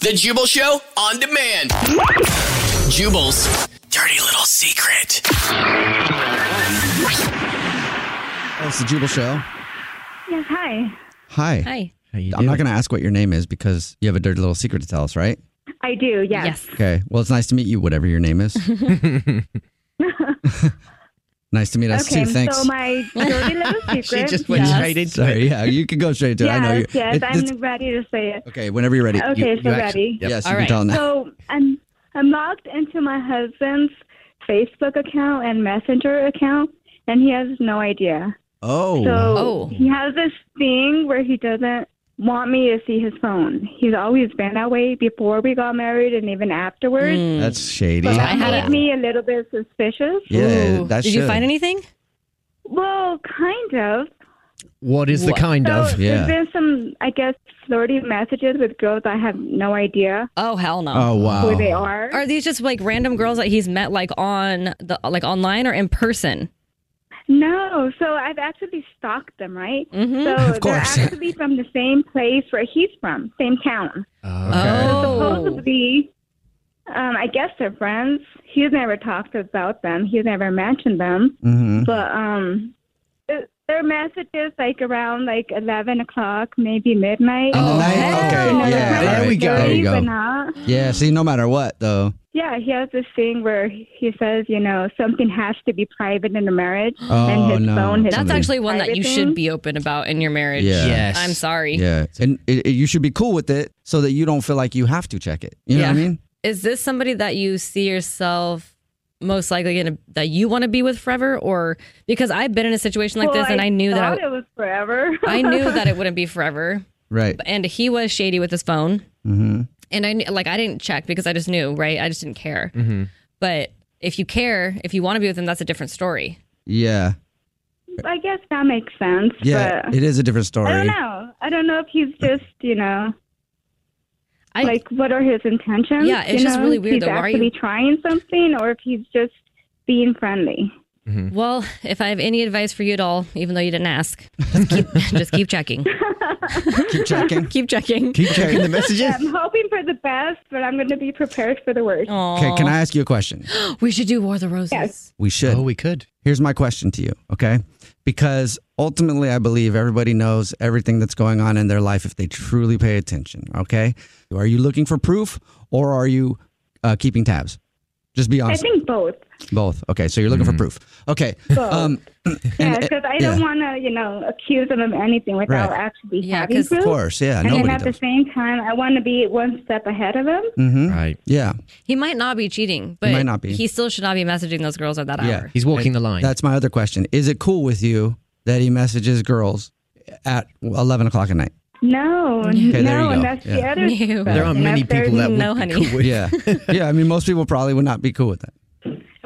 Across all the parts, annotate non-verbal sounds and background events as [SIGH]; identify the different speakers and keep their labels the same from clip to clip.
Speaker 1: The Jubal Show on demand. Jubal's dirty little secret.
Speaker 2: Oh, It's the Jubal Show.
Speaker 3: Yes, hi.
Speaker 2: Hi.
Speaker 4: Hi.
Speaker 2: I'm not going to ask what your name is because you have a dirty little secret to tell us, right?
Speaker 3: I do, yes.
Speaker 4: Yes.
Speaker 2: Okay. Well, it's nice to meet you, whatever your
Speaker 3: [LAUGHS]
Speaker 4: [LAUGHS]
Speaker 2: name is. nice to meet us
Speaker 3: okay,
Speaker 2: too. Thanks.
Speaker 3: so my dirty little secret.
Speaker 4: She just went
Speaker 3: yes.
Speaker 4: straight into it.
Speaker 2: Sorry. Yeah, you can go straight to. it.
Speaker 3: Yes,
Speaker 2: I know you.
Speaker 3: yes,
Speaker 2: it-
Speaker 3: I'm
Speaker 2: it's-
Speaker 3: ready to say it.
Speaker 2: okay. Whenever you're ready.
Speaker 3: Okay,
Speaker 2: you,
Speaker 3: so
Speaker 2: you actu-
Speaker 3: ready.
Speaker 2: Yes,
Speaker 4: All
Speaker 2: you
Speaker 4: right.
Speaker 2: can tell now.
Speaker 3: So I'm, I'm logged into my husband's Facebook account and Messenger account, and he has no idea.
Speaker 2: oh.
Speaker 3: So
Speaker 4: Oh.
Speaker 3: he has this thing where he doesn't want me to see his phone. He's always been that way before we got married and even afterwards.
Speaker 2: that's shady.
Speaker 3: So
Speaker 4: I
Speaker 3: that
Speaker 4: had
Speaker 3: made
Speaker 4: a-
Speaker 3: me a little bit suspicious.
Speaker 2: yeah, that's
Speaker 4: Did you find anything?
Speaker 3: Well, kind of.
Speaker 5: What is the
Speaker 4: What?
Speaker 5: kind
Speaker 3: So
Speaker 5: of?
Speaker 2: Yeah.
Speaker 3: there's been some, I guess, flirty messages with girls I have no idea
Speaker 4: Oh hell no.
Speaker 2: Oh wow.
Speaker 3: who they are.
Speaker 4: Are these just like random girls that he's met like on the like online or in person?
Speaker 3: No, so I've actually stalked them, right?
Speaker 4: Mhm.
Speaker 3: So
Speaker 2: Of course.
Speaker 3: they're actually from the same place where he's from, same town.
Speaker 4: Oh.
Speaker 3: Supposedly, um, I guess they're friends. He's never talked about them. He's never mentioned them.
Speaker 2: Mm-hmm.
Speaker 3: But um, it- their messages like around like eleven o'clock, maybe midnight.
Speaker 2: In the
Speaker 4: Oh,
Speaker 2: night?
Speaker 4: hell
Speaker 2: Okay.
Speaker 4: no.
Speaker 2: Yeah.
Speaker 5: There
Speaker 2: right.
Speaker 5: we go.
Speaker 2: There you
Speaker 3: But
Speaker 2: go.
Speaker 3: not.
Speaker 2: Yeah. See, no matter what, though.
Speaker 3: Yeah, he has this thing where he says, you know, something has to be private in a marriage,
Speaker 2: Oh,
Speaker 3: and his
Speaker 2: no.
Speaker 3: phone. His
Speaker 4: That's
Speaker 2: Something.
Speaker 4: actually one that you
Speaker 3: Private
Speaker 4: should
Speaker 3: thing?
Speaker 4: be open about in your marriage.
Speaker 2: Yeah.
Speaker 5: Yes.
Speaker 4: I'm sorry.
Speaker 2: Yeah. And it, it, you should be cool with it so that you don't feel like you have to check it. You know what I
Speaker 4: Yeah.
Speaker 2: mean?
Speaker 4: Is this somebody that you see yourself most likely gonna that you want to be with forever or because I've been in a situation like
Speaker 3: Well,
Speaker 4: this and I, knew that
Speaker 3: thought it was forever.
Speaker 4: [LAUGHS] I, I knew
Speaker 3: [LAUGHS]
Speaker 4: that it wouldn't be forever
Speaker 2: Right.
Speaker 4: and he was shady with his phone
Speaker 2: Mm-hmm.
Speaker 4: and I kn- like I didn't check because I just knew, right? I just didn't care.
Speaker 5: Mm-hmm.
Speaker 4: But if you care, if you want to be with them, that's a different story.
Speaker 2: Yeah.
Speaker 3: I guess that makes sense.
Speaker 2: Yeah.
Speaker 3: but
Speaker 2: It is a different story.
Speaker 3: I don't know. I don't know if he's just, you know,
Speaker 4: I
Speaker 3: like what are his intentions?
Speaker 4: Yeah, it's
Speaker 3: you
Speaker 4: just
Speaker 3: know?
Speaker 4: really weird
Speaker 3: He's
Speaker 4: though. Why are you-
Speaker 3: actually trying something, or if he's just being friendly.
Speaker 4: Well, if I have any advice for you at all, even though you didn't ask, just keep, [LAUGHS] just keep checking.
Speaker 2: Keep checking.
Speaker 4: Keep checking.
Speaker 5: Keep checking the
Speaker 3: [LAUGHS]
Speaker 5: messages.
Speaker 3: I'm hoping for the best, but I'm going to be prepared for the worst.
Speaker 4: Oh.
Speaker 2: Okay, can I ask you a question?
Speaker 4: We should do War of the Roses.
Speaker 3: Yes.
Speaker 2: We should.
Speaker 5: oh, we could.
Speaker 2: Here's my question to you, okay? Because ultimately, I believe everybody knows everything that's going on in their life if they truly pay attention, okay? Are you looking for proof or are you uh, keeping tabs? Just be
Speaker 3: I
Speaker 2: honest.
Speaker 3: think both.
Speaker 2: Both. Okay, so you're looking for proof. Okay.
Speaker 3: Both. Yeah,
Speaker 2: and- uh,
Speaker 3: because I don't
Speaker 2: yeah.
Speaker 3: want to, you know, accuse them of anything without
Speaker 2: Right.
Speaker 3: actually
Speaker 4: Yeah,
Speaker 3: having
Speaker 4: 'cause-
Speaker 3: proof.
Speaker 2: Of course, yeah.
Speaker 3: and then
Speaker 2: Nobody
Speaker 3: at the
Speaker 2: does.
Speaker 3: same time, I want to be one step ahead of them.
Speaker 2: Mm-hmm.
Speaker 5: Right.
Speaker 2: Yeah,
Speaker 4: He might not be cheating, but
Speaker 2: might not be.
Speaker 4: he still should not be messaging those girls at that
Speaker 2: Yeah.
Speaker 4: hour.
Speaker 5: He's walking the line.
Speaker 2: that's my other question. Is it cool with you that he messages girls at 11 o'clock at night?
Speaker 3: No,
Speaker 2: there you
Speaker 3: no,
Speaker 2: go.
Speaker 3: and that's the
Speaker 2: Yeah.
Speaker 3: other.
Speaker 4: No.
Speaker 3: stuff,
Speaker 5: there are
Speaker 3: and
Speaker 5: many
Speaker 3: that's their-
Speaker 5: people that would
Speaker 4: no,
Speaker 5: be
Speaker 4: honey.
Speaker 5: cool with [LAUGHS]
Speaker 2: Yeah. yeah, I mean, most people probably would not be cool with that.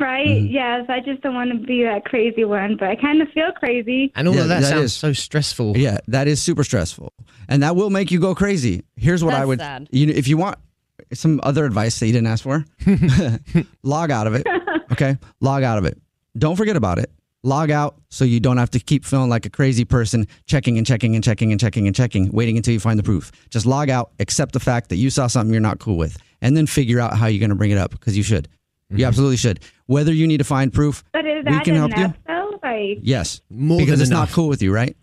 Speaker 3: Right? Yes, I just don't want to be that crazy one, but I kind of feel crazy.
Speaker 2: And all of that, sounds so stressful. Yeah, that is super stressful, and that will make you go crazy. Here's what I
Speaker 3: That's
Speaker 2: would,
Speaker 3: sad.
Speaker 2: you know, if you want some other advice that you didn't ask for, [LAUGHS] log out
Speaker 3: [LAUGHS]
Speaker 2: of it. Okay, log out of it. Don't forget about it. Log out so you don't have to keep feeling like a crazy person, checking and checking and checking and checking and checking, waiting until you find the proof. Just log out, accept the fact that you saw something you're not cool with, and then figure out how you're going to bring it up because you should. You absolutely should. Whether you need to find proof,
Speaker 3: But is
Speaker 2: we
Speaker 3: that
Speaker 2: can help
Speaker 3: enough,
Speaker 2: you.
Speaker 3: though? Like,
Speaker 2: Yes, because
Speaker 5: than
Speaker 2: it's
Speaker 5: enough.
Speaker 2: not cool with you, right?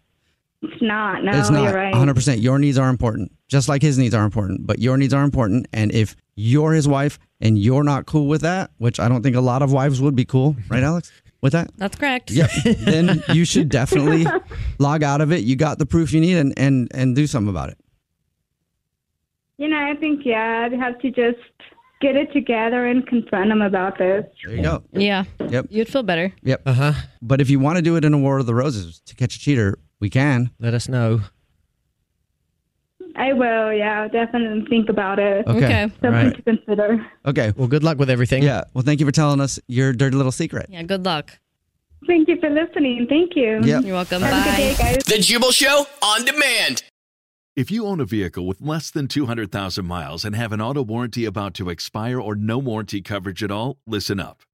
Speaker 3: it's not. No,
Speaker 2: it's not
Speaker 3: you're right.
Speaker 2: 100%. Your needs are important, just like his needs are important. But your needs are important, and if you're his wife and you're not cool with that, which I don't think a lot of wives would be cool, right, Alex? With that,
Speaker 4: That's correct.
Speaker 2: yeah. then you
Speaker 3: [LAUGHS]
Speaker 2: should definitely log out of it. You got the proof you need, and and and do something about it.
Speaker 3: You know, I think, yeah, I'd have to just get it together and confront him about this.
Speaker 2: There you go.
Speaker 4: Yeah.
Speaker 2: Yep.
Speaker 4: You'd feel better.
Speaker 2: Yep. Uh huh. But if you want to do it in a War of the Roses to catch a cheater, we can. Let us know.
Speaker 3: I will, yeah, I'll definitely think about it.
Speaker 2: Okay. Okay.
Speaker 3: Something
Speaker 2: All right.
Speaker 3: to consider.
Speaker 2: Okay. Well, good luck with everything. Yeah. Well, thank you for telling us your dirty little secret.
Speaker 4: Yeah, good luck.
Speaker 3: Thank you for listening. Thank you.
Speaker 2: Yep.
Speaker 4: You're welcome.
Speaker 3: Have a good day, guys.
Speaker 1: The Jubal Show on demand.
Speaker 6: If you own a vehicle with less than 200,000 miles and have an auto warranty about to expire or no warranty coverage at all, listen up.